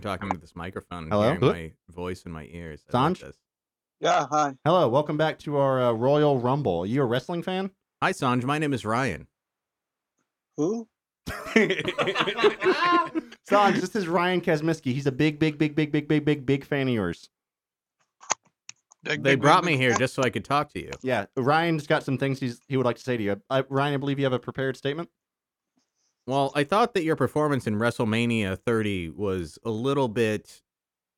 talking to this microphone and Hello? hearing Hello? my voice in my ears. I love Sanj? this. Yeah, hi. Hello, welcome back to our uh, Royal Rumble. Are you a wrestling fan? Hi, Sanj. My name is Ryan. Who? Sanj, this is Ryan Kazmiski. He's a big, big, big, big, big, big, big, big fan of yours. they brought me here just so I could talk to you. Yeah, Ryan's got some things he's he would like to say to you. I, Ryan, I believe you have a prepared statement. Well, I thought that your performance in WrestleMania 30 was a little bit.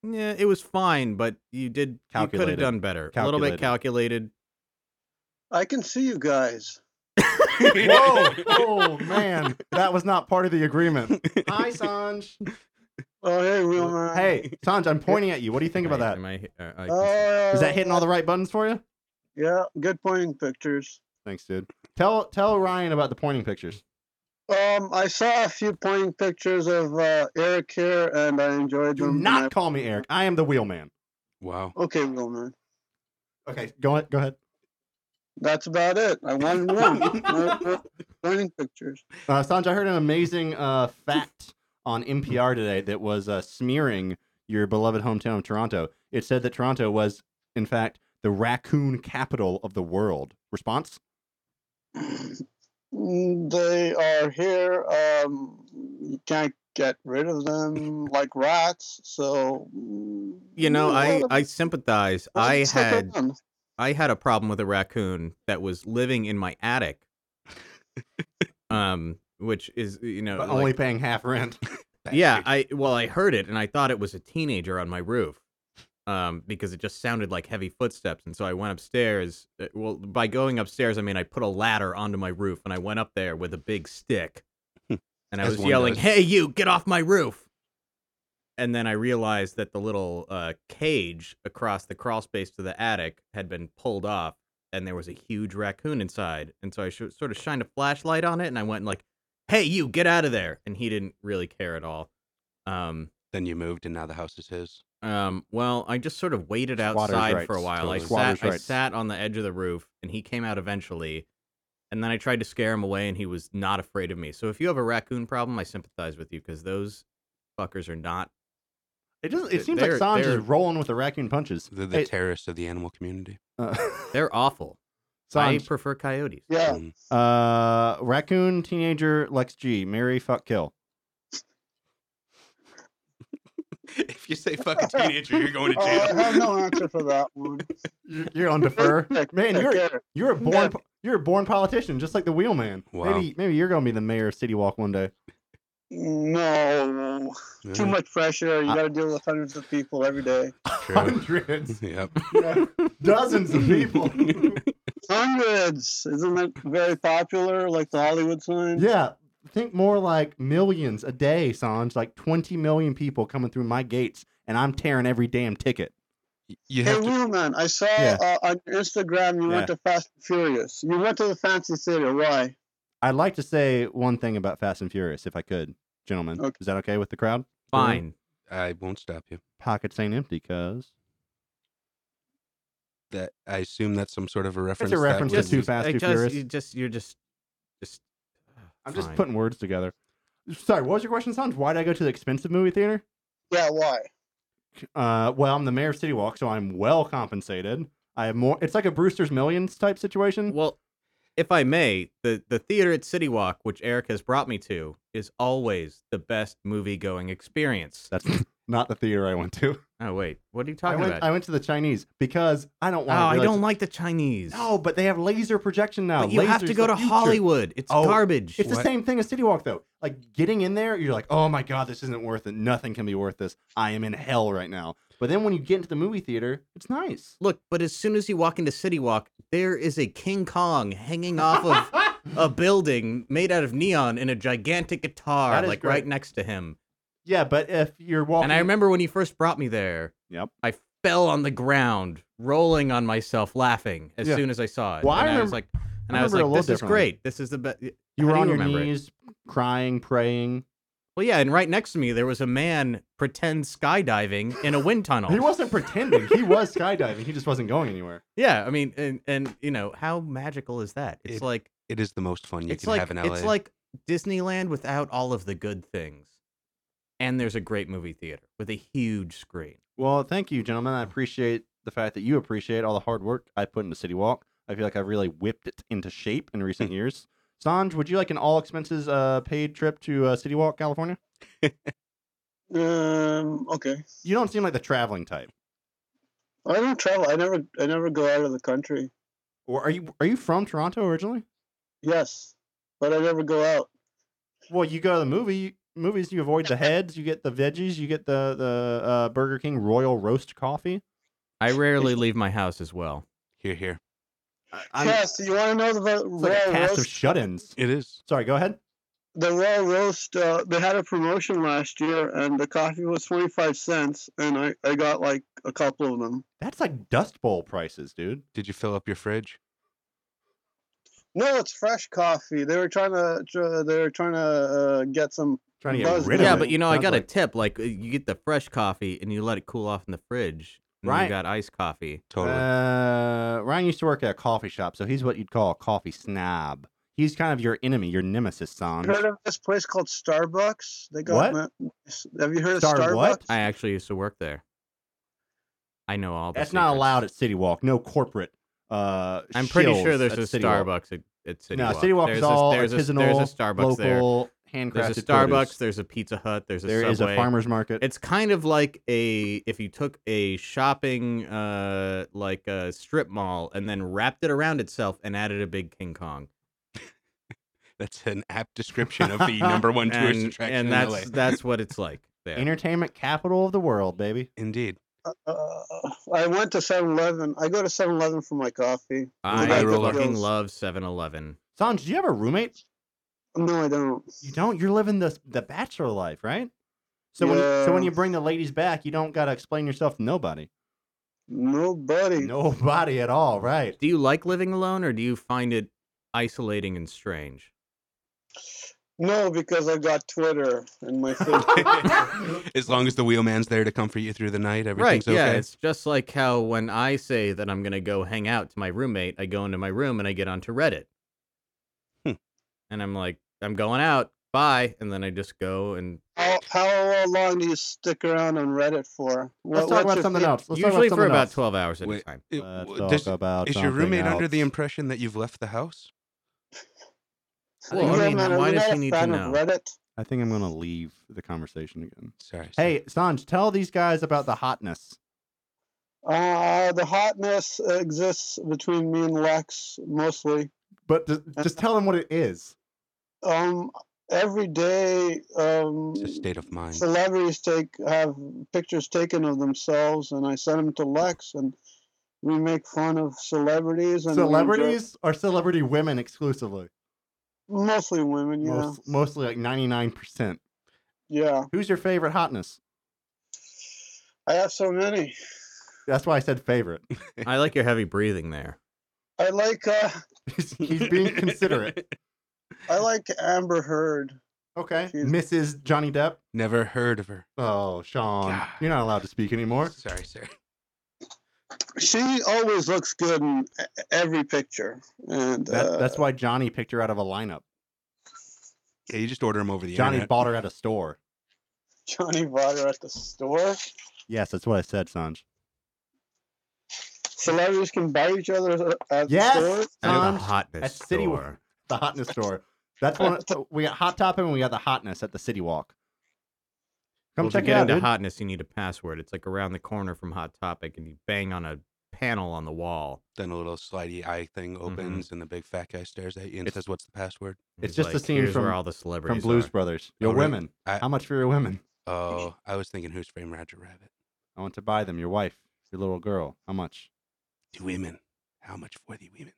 Yeah, it was fine, but you did you could have Calculated. done better. A little bit calculated. I can see you guys. Whoa! oh man, that was not part of the agreement. Hi, Sanj. Oh, hey, Wilmer. Hey, Sanj, I'm pointing at you. What do you think about that? Am I, am I- uh, I can see- Oh, Is that hitting all the right buttons for you? Yeah, good pointing pictures. Thanks, dude. Tell tell Ryan about the pointing pictures. Um, I saw a few pointing pictures of uh, Eric here, and I enjoyed Do them. and not call me Eric. I am the wheel man. wow. I- okay, Wilmer. Okay, go ahead. Go ahead. That's about it. I won one. No- no pointing pictures. Uh, Sanj, I heard an amazing uh, fact on NPR today that was uh, smearing your beloved hometown of Toronto. It said that Toronto was, in fact, the raccoon capital of the world. Response? Mm, They are here. Um, you can't get rid of them like rats. So mm, you know, I, yeah, I sympathize. I let's stick had around. I had a problem with a raccoon that was living in my attic. um, which is you know But Oh, like- only paying half rent. yeah I well I heard it and I thought it was a teenager on my roof, um because it just sounded like heavy footsteps and so I went upstairs. Uh, Well, by going upstairs I mean I put a ladder onto my roof and I went up there with a big stick, and I Hmm. As was one yelling, does. "Hey, you! Get off my roof!" And then I realized that the little uh, cage across the crawl space to the attic had been pulled off, and there was a huge raccoon inside. And so I sh- sort of shined a flashlight on it, and I went like, "Hey, you! Get out of there!" And he didn't really care at all. Um, Then you moved, and now the house is his. um, well, I just sort of waited Squatter's outside rights, for a while. I totally. sat, Squatter's I rights. sat on the edge of the roof, and he came out eventually. And then I tried to scare him away, and he was not afraid of me. So if you have a raccoon problem, I sympathize with you because those fuckers are not. It doesn't. It They- seems like they're- Sanj they're- is rolling with the raccoon punches. They're the Hey, terrorists of the animal community. uh, They're awful. I Sanj, prefer coyotes. Yeah. Mm. uh, raccoon teenager Lex G, Mary fuck kill. if you say fucking teenager, you're going to Oh, I jail. have no answer for that one. You're you're on defer, Pick, man. pick You're Eric. You're a born po- you're a born politician, just like the wheel man. Wow. Maybe maybe you're gonna be the mayor of City Walk one day. No, too Mm. Yeah, much pressure. You I- got to deal with hundreds of people every day. True. Hundreds. yep. yeah, dozens of people. Hundreds, isn't that very popular? Like the Hollywood sign. yeah. Think more like millions a day, Sanj, like twenty million people coming through my gates and I'm tearing every damn ticket. Y- You Hey, have to. Wheelman, I saw Yeah. uh, on your Instagram you went to Fast and Furious. You went to the Fancy Theater. Why? I'd like to say one thing about Fast and Furious, if I could, gentlemen. Okay. Is that okay with the crowd? Fine. I won't stop you. Pockets ain't empty, cuz. That I assume that's some sort of a reference. that reference to was- Too Fast, I Too just, Furious. You just, you're just, just. I'm just fine. putting words together. Sorry, what was your question, Sanj? Why did I go to the expensive movie theater? Yeah, why? Uh, well, I'm the mayor of City Walk, so I'm well compensated. I have more. It's like a Brewster's Millions type situation. Well, if I may, the, the theater at City Walk, which Eric has brought me to, is always the best movie going experience. That's not the theater I went to. Oh wait, what are you I talking went. about? I went to the Chinese because I don't Oh, want. I don't like the Chinese. No, but they have laser projection now. but you have Lasers to go the to future. Hollywood. It's Oh, garbage. It's the What? same thing as City Walk though. Like getting in there, you're like, oh my god, this isn't worth it. Nothing can be worth this. I am in hell right now. But then when you get into the movie theater, it's nice. Look, but as soon as you walk into City Walk, there is a King Kong hanging off of a building made out of neon and a gigantic guitar, That is like great. right next to him. yeah, but if you're walking, And I remember when he first brought me there. Yep. I fell on the ground, rolling on myself, laughing as Yeah. soon as I saw it. Well, I and I, was remember- like, and I I, was remember it a like, little this is differently. great. This is the best. you were How do on you your remember it? knees, crying, praying. Well, yeah, and right next to me there was a man pretend skydiving in a wind tunnel. He wasn't pretending. He was skydiving. He just wasn't going anywhere. Yeah, I mean, and and you know how magical is that? It's It- like It is the most fun you it's can like have in LA. it's like Disneyland without all of the good things, and there's a great movie theater with a huge screen. Well, thank you, gentlemen. I appreciate the fact that you appreciate all the hard work I put into City Walk. I feel like I've really whipped it into shape in recent years. Sanj, would you like an all expenses uh, paid trip to uh, City Walk, California? Um, okay. You don't seem like the traveling type. I don't travel. I never I never go out of the country. Or are you are you from Toronto originally? Yes, but I never go out. Well, you go to the movie movies. You avoid the heads. You get the veggies. You get the the uh, Burger King Royal Roast Coffee. I rarely leave my house as well. Here, here. I- I'm- yes, you want to know the it's like a royal cast of roast? shut-ins. It is. Sorry, go ahead. the royal roast. Uh, they had a promotion last year, and the coffee was twenty five cents, and I I got like a couple of them. That's like Dust Bowl prices, dude. Did you fill up your fridge? No, it's fresh coffee. They were trying to tr- they were trying to uh, get some. Trying to get Buzz- rid of yeah, it. but you know, I Sounds got a like- tip. Like uh, you get the fresh coffee and you let it cool off in the fridge. And then Right. You got iced coffee. Totally. Uh, Ryan used to work at a coffee shop, so he's what you'd call a coffee snob. He's kind of your enemy, your nemesis, Heard Sanj. of this place called Starbucks? They got What? ma- Have you heard of Star Starbucks? what? I actually used to work there. I know all. The That's not secrets. allowed at City Walk. No corporate. Uh, I'm pretty sure shills there's at a City Walk. Starbucks at, at City no, Walk. City Walk there's is a, all there's artisanal, a, there's a Starbucks there. local, handcrafted. There's a produce. Starbucks. There's a Pizza Hut. There's a There Subway. is a farmers market. It's kind of like a if you took a shopping uh like a strip mall and then wrapped it around itself and added a big King Kong. That's an apt description of the number one tourist And, attraction and in that's LA. that's what it's like there. entertainment capital of the world, baby. Indeed. Uh, I went to 7-Eleven. I go to 7-Eleven for my coffee. I Well, that fucking goes. love 7-Eleven. Sanj, do you have a roommate? No, I don't. You don't. You're living the the bachelor life, right? So when so when Yeah. you bring the ladies back, you don't gotta explain yourself to nobody. Nobody. Nobody at all, right? Do you like living alone or do you find it isolating and strange? No, because I've got Twitter and my Facebook. as long as the wheelman's there to comfort you through the Right, night, everything's yeah, okay. it's just like how when I say that I'm going to go hang out to my roommate, I go into my room and I get onto Reddit. Hmm. And I'm like, I'm going out. Bye, and then I just go and how, how long do you stick around on Reddit for? What- Let's talk what's about your something fav- else. Let's talk usually for something about else. 12 hours at a Wait, time. It- Let's w- talk Uh, does- about is your something roommate under the else. impression that you've left the house? Well, You I know, mean, man, are why you does not he a need to fan of know? Reddit? I think I'm gonna leave the conversation again. Sorry. sorry. Hey, Sanj, tell these guys about the hotness. Uh, the hotness exists between me and Lex mostly. But just, just tell them what it is. Um, every day, um, it's a state of mind. celebrities take have pictures taken of themselves, and I send them to Lex, and we make fun of celebrities and we enjoy- Celebrities are celebrity women exclusively. mostly women. Yeah, Most, mostly like 99%. yeah. Who's your favorite hotness? I have so many. That's why I said favorite. I like your heavy breathing there. I like uh, he's, he's being considerate. I like Amber Heard. Okay. She's- Mrs. Johnny Depp. Never heard of her. Oh, Sean, God. you're not allowed to speak anymore. Sorry, sir. She always looks good in e- every picture, and That, uh, that's why Johnny picked her out of a lineup. Yeah, you just order them over the Johnny internet. bought her at a store. Johnny bought her at the store. Yes, that's what I said, Sanj. Celebrities can buy each other at Yes! the store. Um, At the Sanj, hotness at City Walk. store. The hotness store. That's one. we got Hot Topic and we got the hotness at the City Walk. Come well, to check it get out, into dude. hotness, you need a password. It's like around the corner from Hot Topic, and you bang on a panel on the wall. Then a little slidey eye thing opens, and the big fat guy stares at you and Mm-hmm. It's- says, "What's the password?" and It's just a like, scene Here's where from- all the from celebrities Blues are." Brothers. Your Oh, really? women. I- How much for your women? Oh, I was thinking, "Who's Frame Roger Rabbit?" I want to buy them. Your wife, your little girl. How much? The women. How much for the women?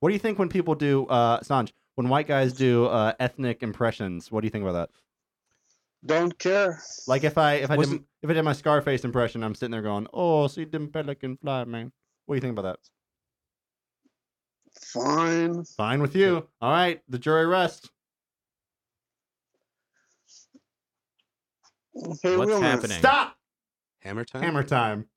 What do you think when people do, uh, Sanj? When white guys do uh, ethnic impressions, what do you think about that? Don't care. Like if I if I did, Wasn't- if I did my Scarface impression, I'm sitting there going, "Oh, see them pelican fly, man." What do you think about that? Fine. Fine with you. All right, the jury rests. Okay, What's Wilmer. happening? Stop. Hammer time. Hammer time.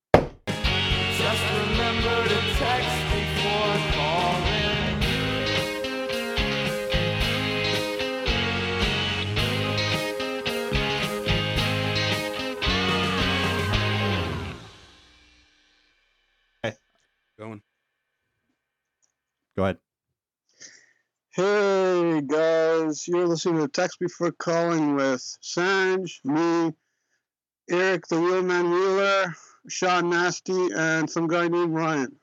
Going. Go ahead. Hey guys, you're listening to Text Before Calling with Sanj, me, Eric the Wheelman Wheeler, Sean Nasty, and some guy named Ryan.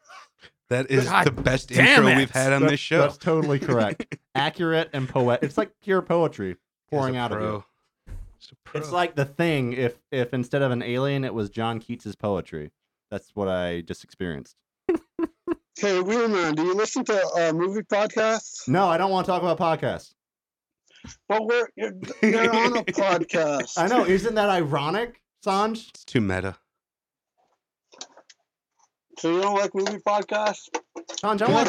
That is God the best damn intro it. we've had on That's- this show. That's totally correct. Accurate and poet. It's like pure poetry pouring He's a out of you. pro. He's a pro. It's like the thing if if instead of an alien it was John Keats's poetry. That's what I just experienced. Hey Wheelman, do you listen to uh, movie podcasts? No, I don't want to talk about podcasts. Well, we're you're, you're on a podcast. I know, isn't that ironic, Sanj? it's too meta. So you don't like movie podcasts? Sanj, I want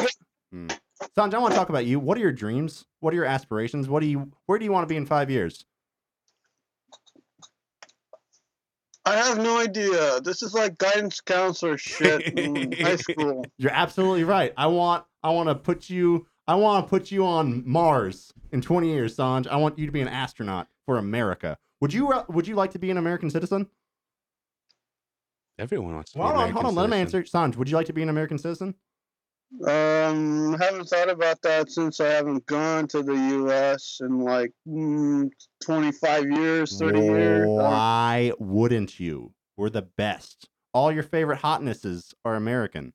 Sanj, I want to talk about you. What are your dreams? What are your aspirations? What do you where do you want to be in five years? I have no idea. This is like guidance counselor shit in high school. You're absolutely right. I want I want to put you I want to put you on Mars in 20 years, Sanj. I want you to be an astronaut for America. Would you uh, would you like to be an American citizen? Everyone wants to Hold be on, hold American on. Let him citizen. answer. Sanj, would you like to be an American citizen? Um, haven't thought about that since I haven't gone to the U.S. in like mm, 25 years, 30 years. Um, Why wouldn't you? We're the best. All your favorite hotnesses are American.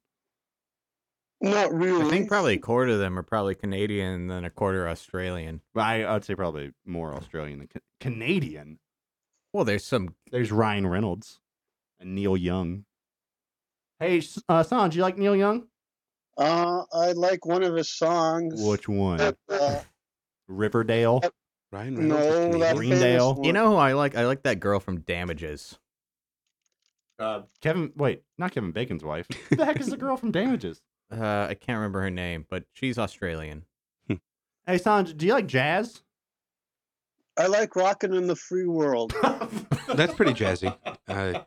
not really. I think probably a quarter of them are probably Canadian, and then a quarter Australian. I, I would say probably more Australian than Ca- Canadian. Well, there's some. There's Ryan Reynolds and Neil Young. Hey, S- uh, Sanj, you like Neil Young? Uh, I like one of his songs. Which one? but, uh, Riverdale. Ryan Reynolds is no, that Canadian. Green famous Dale. one. You know who I like? I like that girl from Damages. Uh, Kevin, wait, not Kevin Bacon's wife. Who the heck is the girl from Damages? Uh, I can't remember her name, but she's Australian. Hey, Sanj, do you like jazz? I like rocking in the free world. That's pretty jazzy. Uh,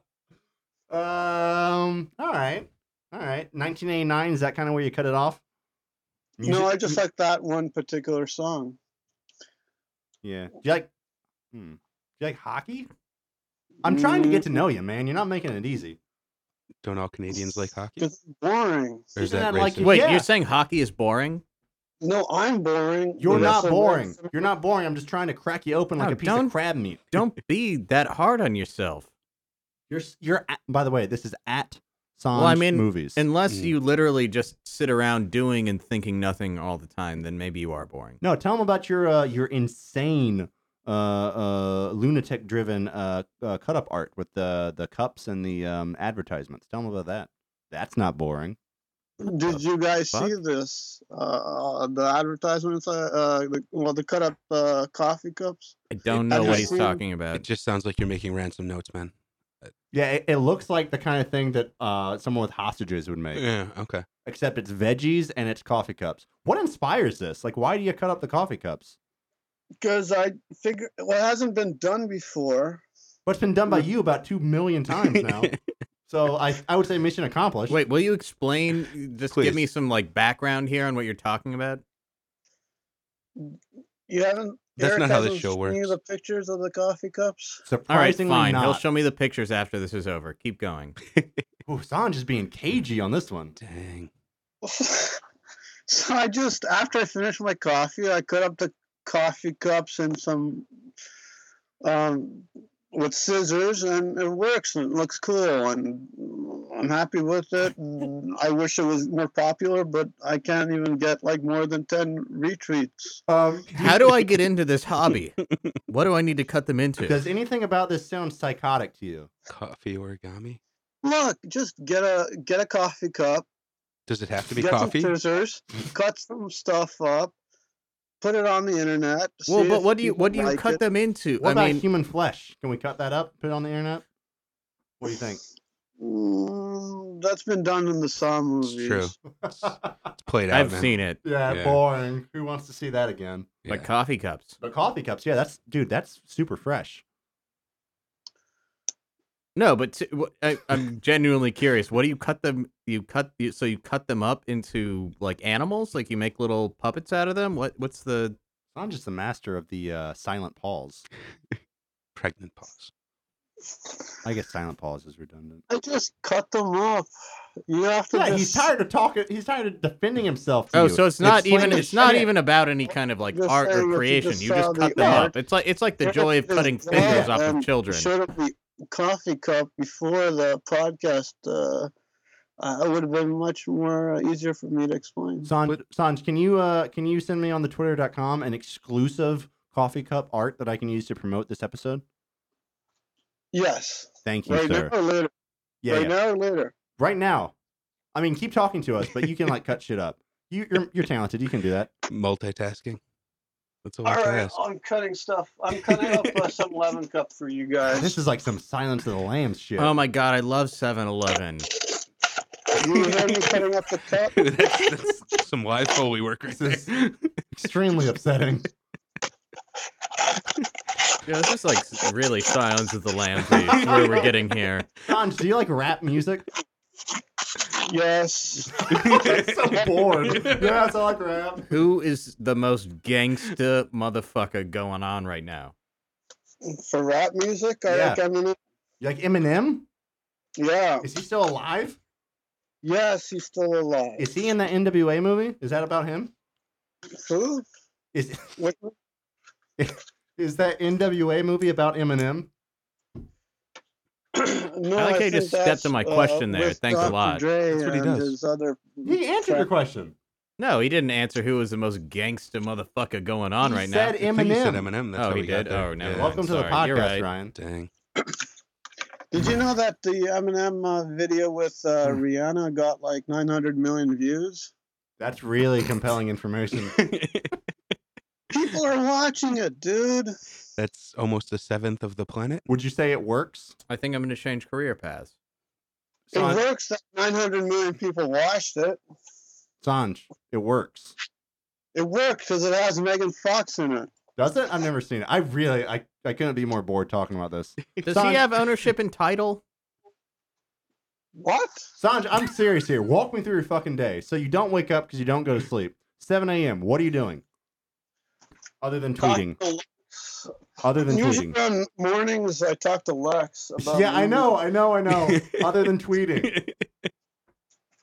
Um. All right. All right. 1989 is that kind of where you cut it off? no, I just like that one particular song. Yeah. Do you like? Hmm. Do you like hockey? I'm trying to Mm, get to know you, man. You're not making it easy. don't all Canadians like hockey? It's boring. Or is Isn't that that like racist? you- Wait, Yeah. you're saying hockey is boring? No, I'm boring. You're Yes, not I'm boring. boring. You're not boring. I'm just trying to crack you open like No, a piece don't- of crab meat. Don't be that hard on yourself. You're s- you're. At, by the way, this is at Sanj Well, I mean, movies. Unless Mm. you literally just sit around doing and thinking nothing all the time, then maybe you are boring. no, tell them about your uh, your insane uh, uh, lunatic driven uh, uh, cut up art with the the cups and the um, advertisements. Tell them about that. That's not boring. Did you guys fuck? see this? Uh, the advertisements, uh, uh, the, well, the cut up uh, coffee cups. I don't know I've what just he's seen- talking about. It just sounds like you're making ransom notes, man. Yeah, it, it looks like the kind of thing that uh, someone with hostages would make, Yeah, okay. except it's veggies and it's coffee cups. What inspires this? Like, why do you cut up the coffee cups? Because I figure, well, it hasn't been done before. But it's been done by you about two million times now. so I, I would say mission accomplished. Wait, will you explain? Just give me Please. some like background here on what you're talking about. You haven't. That's not how this hasn't show shown you works. the pictures of the coffee cups. All right, surprisingly fine. He'll not. show me the pictures after this is over. Keep going. Ooh, Sanj is being cagey on this one. Dang. so I just, after I finished my coffee, I cut up the coffee cups and some, um, with scissors, and it works and it looks cool, and I'm happy with it. and I wish it was more popular, but I can't even get like more than ten retweets. Um, How do I get into this hobby? What do I need to cut them into? does anything about this sound psychotic to you? Coffee origami? Look, just get a get a coffee cup. Does it have to be get coffee? some scissors, cut some stuff up, put it on the internet. well, see but if what do you people what do you like cut it. them into? What about I mean, human flesh? Can we cut that up? Put it on the internet. What do you think? Mm, that's been done in the Saw It's movies. true. It's played out. I've man. seen it, yeah, Yeah. boring. Who wants to see that again? Yeah. but coffee cups. But coffee cups, yeah, that's dude, that's super fresh. No, but t- wh- I, am genuinely curious. What do you cut them? You cut you, so you cut them up into like animals? Like you make little puppets out of them? What what's the I'm just the master of the uh, silent pause. Pregnant pause. I guess silent pause is redundant. I just cut them off. You have to. Yeah, just, he's tired of talking. He's tired of defending himself. To Oh, you. so it's not Explain even the it's not shit. even about any kind of like Just art saying if or you creation. just You just saw the cut them art- up. It's like it's like the if joy of it's cutting there, fingers off then of children. Should have the coffee cup before the podcast. Uh, uh, it would have been much more uh, easier for me to explain. Sanj, Sanj, can you uh can you send me on the twitter.com an exclusive coffee cup art that I can use to promote this episode? Yes. Thank you, Right sir. now or later. yeah, right yeah. now or later. right now. I mean, keep talking to us, but you can like cut shit up. You, you're you're talented. You can do that. Multitasking. That's all, All I can right, ask. I'm cutting stuff. I'm cutting up uh, some lemon cup for you guys. This is like some Silence of the Lambs shit. Oh my god, I love 7-Eleven. you hear me cutting up the cup? that's, that's some live foley work right This there. Extremely upsetting. Yeah, this is like really Silence of the Lambs where we're getting here. Sanj, do you like rap music? Yes. I'm so bored. Yeah, I like rap. Who is the most gangsta motherfucker going on right now? For rap music, I Yeah. like Eminem. You like Eminem? Yeah. Is he still alive? Yes, he's still alive. Is he in that NWA movie? Is that about him? Who? Is What? is that NWA movie about Eminem? no, like how you think just stepped that's, on my uh, question there. with Thanks a Dr. lot. Dre That's what he and does. his other He answered your track. question. No, he didn't answer who was the most gangsta motherfucker going on He right said now. I think you said Eminem. Eminem. That's Oh, how he we got did? there. Oh, never mind. Welcome to the Sorry, podcast, you're right. Ryan. Dang. Did you know that the Eminem uh, video with uh, Hmm. Rihanna got like 900 million views? That's really compelling information. People are watching it, dude. That's almost a seventh of the planet. Would you say it works? I think I'm going to change career paths. It Sanj, works that 900 million people watched it. Sanj, it works. It worked because it has Megan Fox in it. Does it? I've never seen it. I really, I, I couldn't be more bored talking about this. Does Sanj- he have ownership and title? What? Sanj, I'm serious here. Walk me through your fucking day. So you don't wake up because you don't go to sleep. 7 a.m. What are you doing? Other than tweeting. Talk Other to- than Usually tweeting. on mornings, I talk to Lex about. Yeah, I movies. know, I know, I know. Other than tweeting.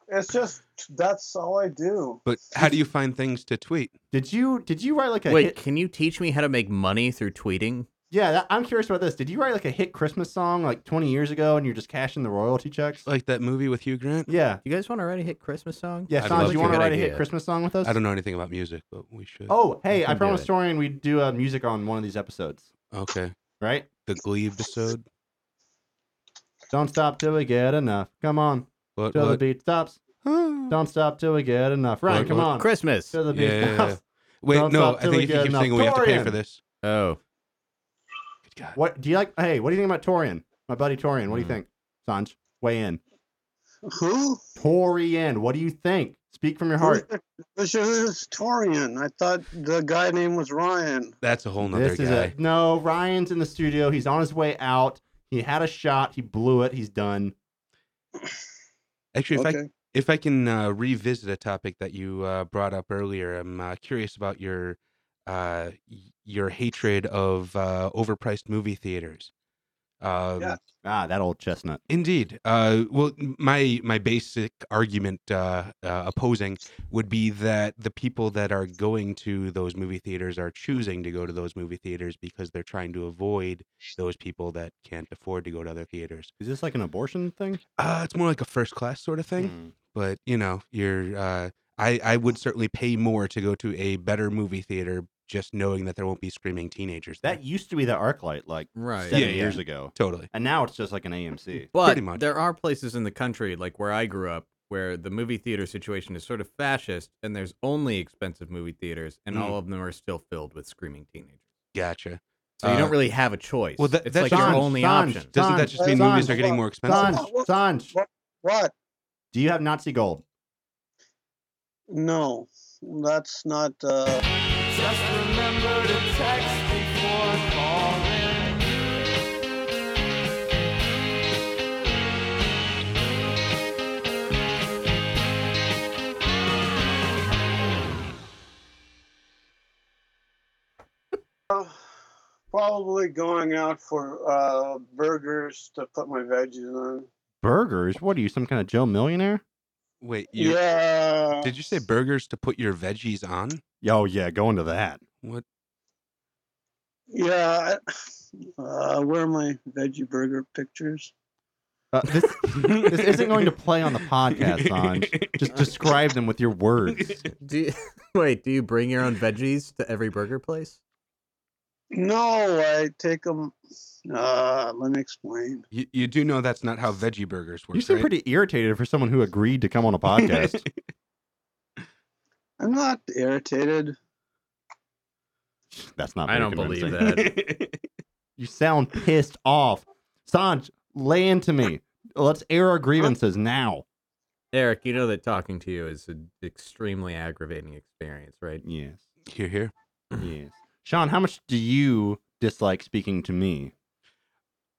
It's just that's all I do. But how do you find things to tweet? Did you did you write like a Wait, hit? can you teach me how to make money through tweeting? Yeah, that, I'm curious about this. Did you write like a hit Christmas song like 20 years ago and you're just cashing the royalty checks? Like that movie with Hugh Grant? yeah. You guys want to write a hit Christmas song? Yeah, I'd Sanj, love you to. want to Good write a hit idea. Christmas song with us? I don't know anything about music, but we should. Oh, hey, I can do promised it. Dorian we'd do uh, music on one of these episodes, Okay. right? The Glee episode. Don't stop till we get enough. Come on, What? till the what? beat stops. Huh. Don't stop till we get enough. Ryan, What- come what- on, Christmas. till the beat Yeah, yeah, yeah. stops. Wait, Don't no. stop I till think we if get you keep enough. singing, we have to pay for Dorian! this. Oh, Good God. What do you like? Hey, what do you think about Torian? My buddy Torian. What do you Hmm. Mm. think? Sanj, weigh in. Who? Torian, what do you think? Speak from your heart. This is Torian. I thought the guy name was Ryan. That's a whole nother This is guy. it. No, Ryan's in the studio. He's on his way out. He had a shot. He blew it. He's done. Actually, if I okay. If I can uh, revisit a topic that you uh, brought up earlier, I'm uh, curious about your uh, y- your hatred of uh, overpriced movie theaters. Um, Yeah. Ah, that old chestnut. Indeed. Uh, well, m- my my basic argument uh, uh, opposing would be that the people that are going to those movie theaters are choosing to go to those movie theaters because they're trying to avoid those people that can't afford to go to other theaters. Is this like an abortion thing? Uh, it's more like a first class sort of thing Mm. Hmm. but you know you're uh, I, I would certainly pay more to go to a better movie theater just knowing that there won't be screaming teenagers there. That used to be the arc light like right. seven Yeah, yeah. years ago. totally And now it's just like an AMC. But Pretty much. there are places in the country, like where I grew up, where the movie theater situation is sort of fascist, and there's only expensive movie theaters, and Mm. all of them are still filled with screaming teenagers. gotcha So you Uh, don't really have a choice. well, that- it's that's like your Sanj, only Sanj, option. doesn't Sanj, that just mean Sanj, movies are getting more expensive Sanj, Sanj, What? do you have Nazi gold? No, that's not. Uh... probably going out for uh, burgers to put my veggies on. Burgers? What are you, some kind of Joe millionaire? Wait, you, yeah. did you say burgers to put your veggies on? Oh yeah, go into that. What? Yeah. I- Uh, where are my veggie burger pictures? Uh, this this isn't going to play on the podcast, Sanj. Just describe them with your words. Do you, wait, do you bring your own veggies to every burger place? No, I take them. Uh, let me explain. You, you do know that's not how veggie burgers work, You seem right? pretty irritated for someone who agreed to come on a podcast. I'm not irritated. That's not. I very don't believe convincing. that. You sound pissed off, Sanj. Lay into me. Let's air our grievances now. Eric, you know that talking to you is an extremely aggravating experience, right? Yes. Here, here. Yes. Sean, how much do you dislike speaking to me?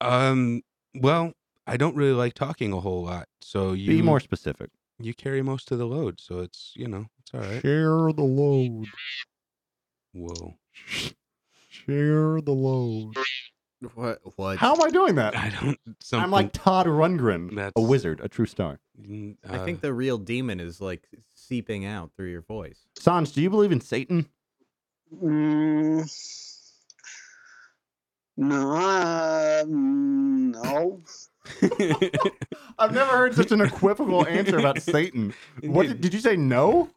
Um. Well, I don't really like talking a whole lot, so you Be more specific. you carry most of the load, so it's you know it's all right. Share the load. Whoa. Share the load. What? What? How am I doing that? I don't. Something, I'm like Todd Rundgren, a That's- wizard, a true star. mm, I think uh, the real demon is like seeping out through your voice. Sanj, do you believe in Satan? Mm, no, uh, mm, no. uh, I've never heard such an equivocal answer about Satan. What did, did you say? No?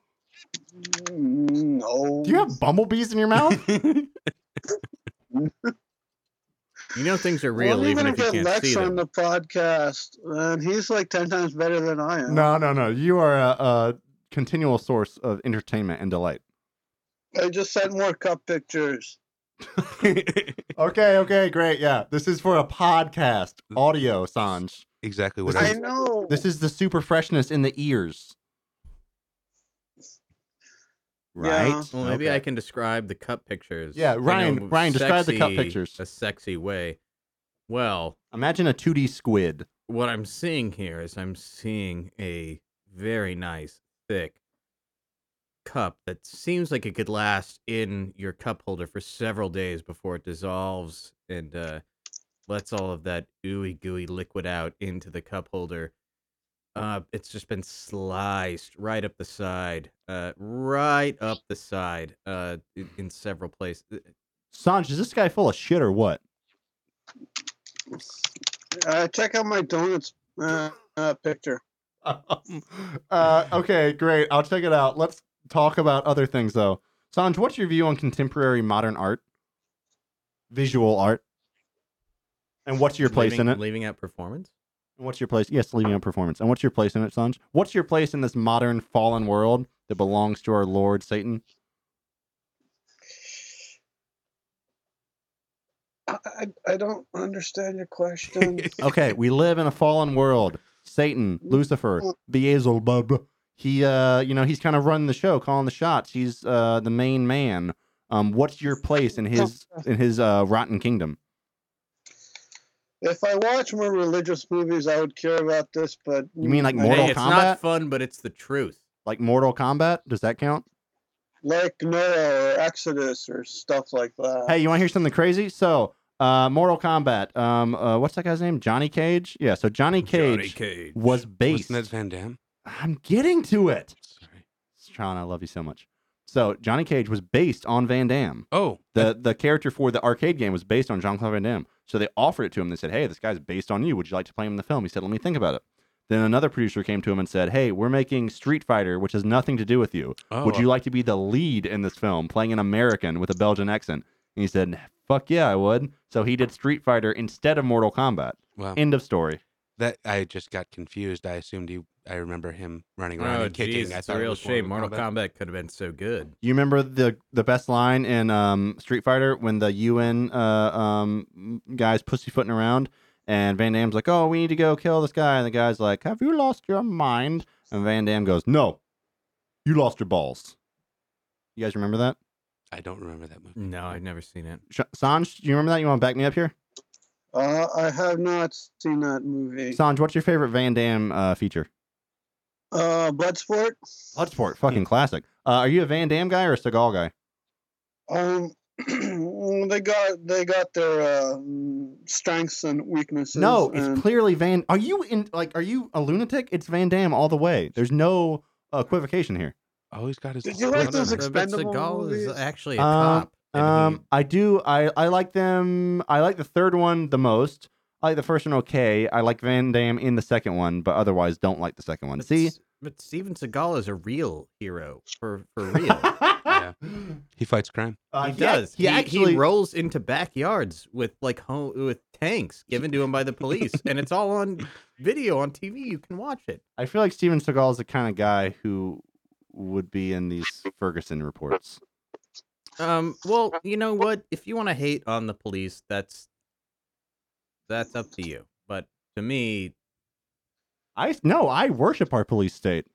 Mm, No. Do you have bumblebees in your mouth? You know things are Well, real even if you get can't see Lex on them. the podcast, and he's like ten times better than I am. no, no, no. You are a, a continual source of entertainment and delight. I just sent more cup pictures. Okay, okay, great. Yeah, this is for a podcast, audio, Sanj. exactly what This I I. know. This is the super freshness in the ears. Yeah. Right? Well, maybe Okay. I can describe the cup pictures. Yeah, in a Ryan- Ryan, describe the cup sexy- pictures. A sexy way. Well, Imagine a 2D squid. what I'm seeing here is I'm seeing a very nice thick cup that seems like it could last in your cup holder for several days before it dissolves and uh, lets all of that ooey gooey liquid out into the cup holder. Uh, it's just been sliced right up the side, uh, right up the side, uh, in, in several uh, places. Sanj, is this guy full of shit or what? Uh, check out my donuts uh, uh, picture. uh, okay, great. I'll check it out. Let's talk about other things, though. Sanj, what's your view on contemporary modern art, visual art, and what's your place leaving, in it? Leaving out performance. And what's your place? Yes, leaving out performance. And what's your place in it, Sanj? What's your place in this modern fallen world that belongs to our Lord Satan? I, I- I don't understand your question. Okay, we live in a fallen world. Satan, Lucifer, Beelzebub. He, uh, you know, he's kind of running the show, calling the shots. He's uh, the main man. Um, what's your place in his in his uh, rotten kingdom? if I watch more religious movies, I would care about this. But You mean like I- Mortal hey, it's Kombat? not fun, but it's the truth. Like Mortal Kombat? Does that count? like Noah or Exodus or stuff like that? Hey, you want to hear something crazy? So, uh, Mortal Kombat. Um, uh, what's that guy's name? Johnny Cage. Yeah. So Johnny Cage Cage. was Wasn't based. that Van Damme? I'm getting to it. Sorry. Sean, I love you so much. So Johnny Cage was based on Van Damme. Oh, The the character for the arcade game was based on Jean Claude Van Damme. So they offered it to him. They said, Hey, this guy's based on you. Would you like to play him in the film? He said, Let me think about it. Then another producer came to him and said, Hey, we're making Street Fighter, which has nothing to do with you. oh, Would you like to be the lead in this film, playing an American with a Belgian accent? And he said, Fuck yeah, I would. So he did Street Fighter instead of Mortal Kombat. Wow. End of story. uh, That I just got confused. I assumed he. I remember him running around Oh, and kicking. geez, I it's thought a it real was shame. Mortal Kombat. Kombat could have been so good. You remember the the best line in um, Street Fighter when the UN uh, um, guy's pussyfooting around, and Van Damme's like, "Oh, we need to go kill this guy," and the guy's like, "Have you lost your mind?" And Van Damme goes, "No, you lost your balls." You guys remember that? I don't remember that movie. No, I've never seen it. Sh- Sanj, do you remember that? You want to back me up here? Uh, I have not seen that movie. Sanj, what's your favorite Van Damme uh, feature? Uh, Bloodsport. Bloodsport, fucking classic. Uh, are you a Van Damme guy or a Seagal guy? Um, they got they got their uh, strengths and weaknesses. No, and- it's clearly Van. Are you in? Like, are you a lunatic? It's Van Damme all the way. There's no equivocation here. Oh, he's got his. Did you like Hold on, Hold on. those but expendable Seagal is movies? actually a Um, cop. and Um, he- I do. I I like them. I like the third one the most. I like the first one okay. I like Van Damme in the second one, but otherwise don't like the second one. but See, S- but Steven Seagal is a real hero for for real. Yeah. He fights crime. Uh, he does. He, actually. rolls into backyards with like home with tanks given to him by the police, and it's all on video on TV. You can watch it. I feel like Steven Seagal is the kind of guy who would be in these Ferguson reports. Um. Well, you know what? If you want to hate on the police, that's that's up to you. But to me, I no. I worship our police state.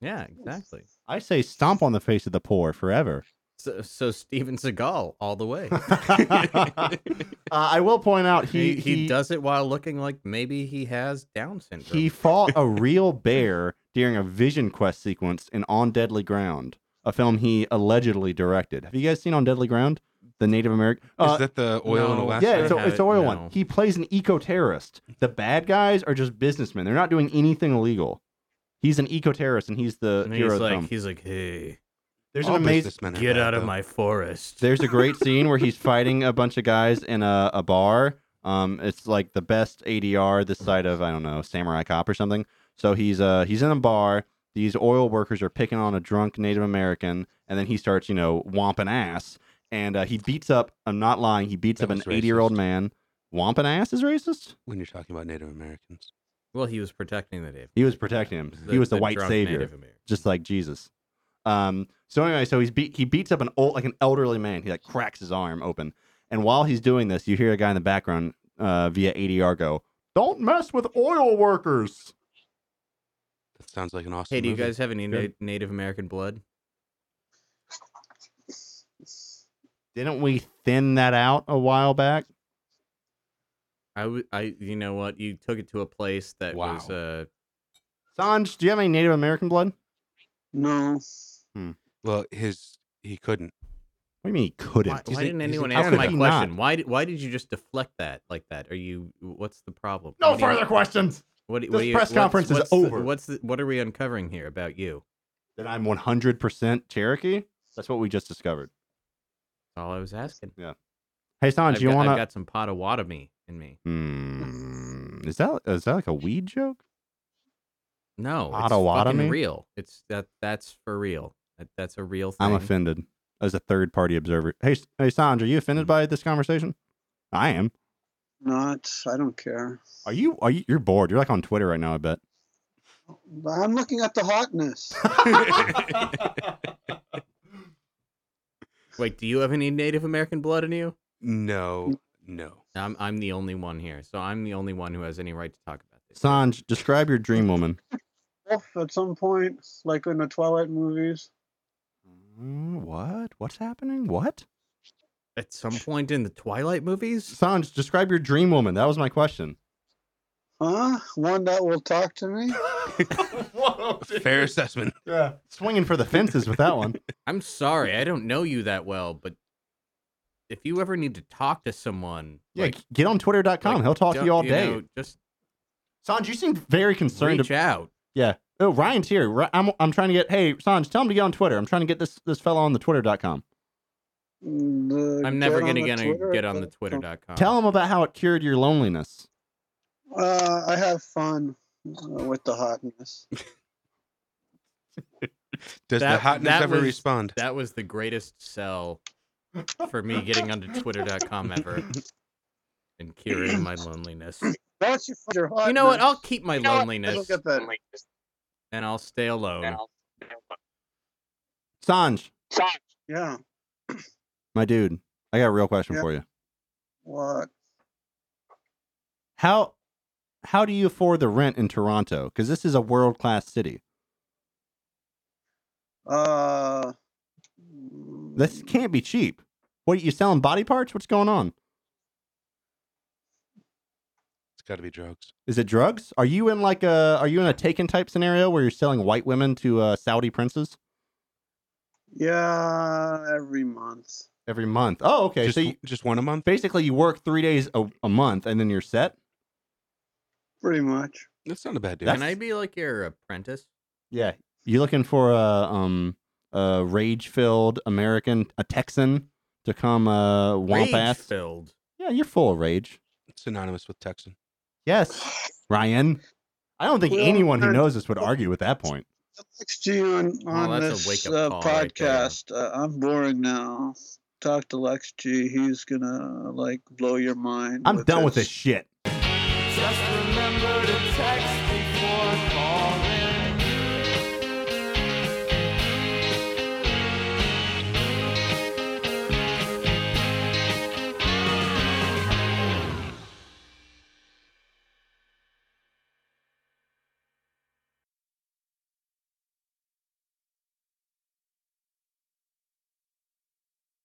yeah, exactly. I say stomp on the face of the poor forever. So, so Steven Seagal all the way. uh, I will point out he he, he does it while looking like maybe he has Down syndrome. he fought a real bear during a Vision Quest sequence in On Deadly Ground, a film he allegedly directed. Have you guys seen On Deadly Ground? The Native American. is that the oil in Uh, no. Alaska? yeah, I it's, a, it's haven't- the oil no. one. He plays an eco terrorist. The bad guys are just businessmen. They're not doing anything illegal. He's an eco terrorist, and he's the And he's hero. of the like, film. he's like, hey, There's All an amazing. businessmen are get bad, out of though. my forest. There's a great scene where he's fighting a bunch of guys in a, a bar. Um, it's like the best ADR this side of I don't know Samurai Cop or something. So he's uh he's in a bar. These oil workers are picking on a drunk Native American, and then he starts you know womping ass, and uh, he beats up. I'm not lying. He beats That up an was racist. 80 year old man. Womping ass is racist. When you're talking about Native Americans, Well, he was protecting the Native. He was protecting him. he was the, white drunk savior. Native American. just like Jesus. Um, so anyway, so he's beat he beats up an old like an elderly man. He like cracks his arm open, and while he's doing this, you hear a guy in the background uh, via ADR go, "Don't mess with oil workers." that sounds like an awesome. Hey, do you movie. guys have any na- Good. Native American blood? Didn't we thin that out a while back? I, w- I, you know what? You took it to a place that was, Wow. uh, Sanj, do you have any Native American blood? no. Well, his he couldn't. What do you mean he couldn't? why, He's why a- didn't he's a anyone How answer my could he question? not? Why, did, why did you just deflect that like that? Are you, what's the problem? no What do you- further questions. What, do- what This do you- press what's- conference is what's the- over. what's the, what are we uncovering here about you? That I'm 100% Cherokee. That's what we just discovered. That's all I was asking. Hey Sanj, I've you got- want I've to? got some Potawatomi in me. Hmm, is that is that like a weed joke? No, it's Potawatomi? fucking real. It's that that's for real. That, that's a real thing. I'm offended as a third party observer. Hey, S- hey, Sanj, are you offended by this conversation? I am. Not. I don't care. Are you? Are you? You're bored. You're like on Twitter right now. I bet. But I'm looking at the hotness. Wait, do you have any Native American blood in you? Mm. No, no. I'm I'm the only one here, so I'm the only one who has any right to talk about this. Sanj, describe your dream woman. Wolf at some point, like in the Twilight movies. Mm, What? What's happening? What? At some point in the Twilight movies, Sanj, describe your dream woman. That was my question. Huh? One that will talk to me? Fair assessment. Yeah. Swinging for the fences with that one. I'm sorry, I don't know you that well, but if you ever need to talk to someone, Yeah. like, g- get on Twitter.com. like, He'll talk to don't- you all you day. know, just Sanj, you seem very concerned. reach out. Oh, Ryan's here. Ri- I'm, I'm trying to get. Hey, Sanj, tell him to get on Twitter. I'm trying to get this this fella on the Twitter.com. The- I'm never get gonna on the gonna Twitter get on the account. Twitter.com. Uh, Tell him about how it cured your loneliness. Uh, I have fun uh, with the hotness. Does the That- hotness that ever was- respond? That was the greatest sell for me getting onto Twitter.com ever and curing my loneliness. Once you find your hotness, You know what? I'll keep my You know what? loneliness Look at that. and I'll stay alone. Sanj, Yeah. my dude, I got a real question Yeah. for you. What? How how do you afford the rent in Toronto? Because this is a world class city. Uh. This can't be cheap. What you selling body parts? What's going on? It's got to be drugs. Is it drugs? Are you in like a are you in a taken type scenario where you're selling white women to uh, Saudi princes? Yeah, every month. every month. Oh, okay. just, so you, just one a month. basically, you work three days a, a month, and then you're set. pretty much. That's not a bad deal. That's- Can I be like your apprentice? Yeah. You looking for a um a rage filled American, a Texan to come uh womp ass? filled. Yeah, you're full of rage. synonymous with Texan. Yes, Ryan. I don't think Well, anyone who uh, knows this would argue with that point. Thanks to you on, Well, on that's a this wake-up call uh, right there. podcast. uh, I'm boring now. Talk to Lex G. He's gonna like blow your mind. I'm done with his- this shit. Just remember to text before calling.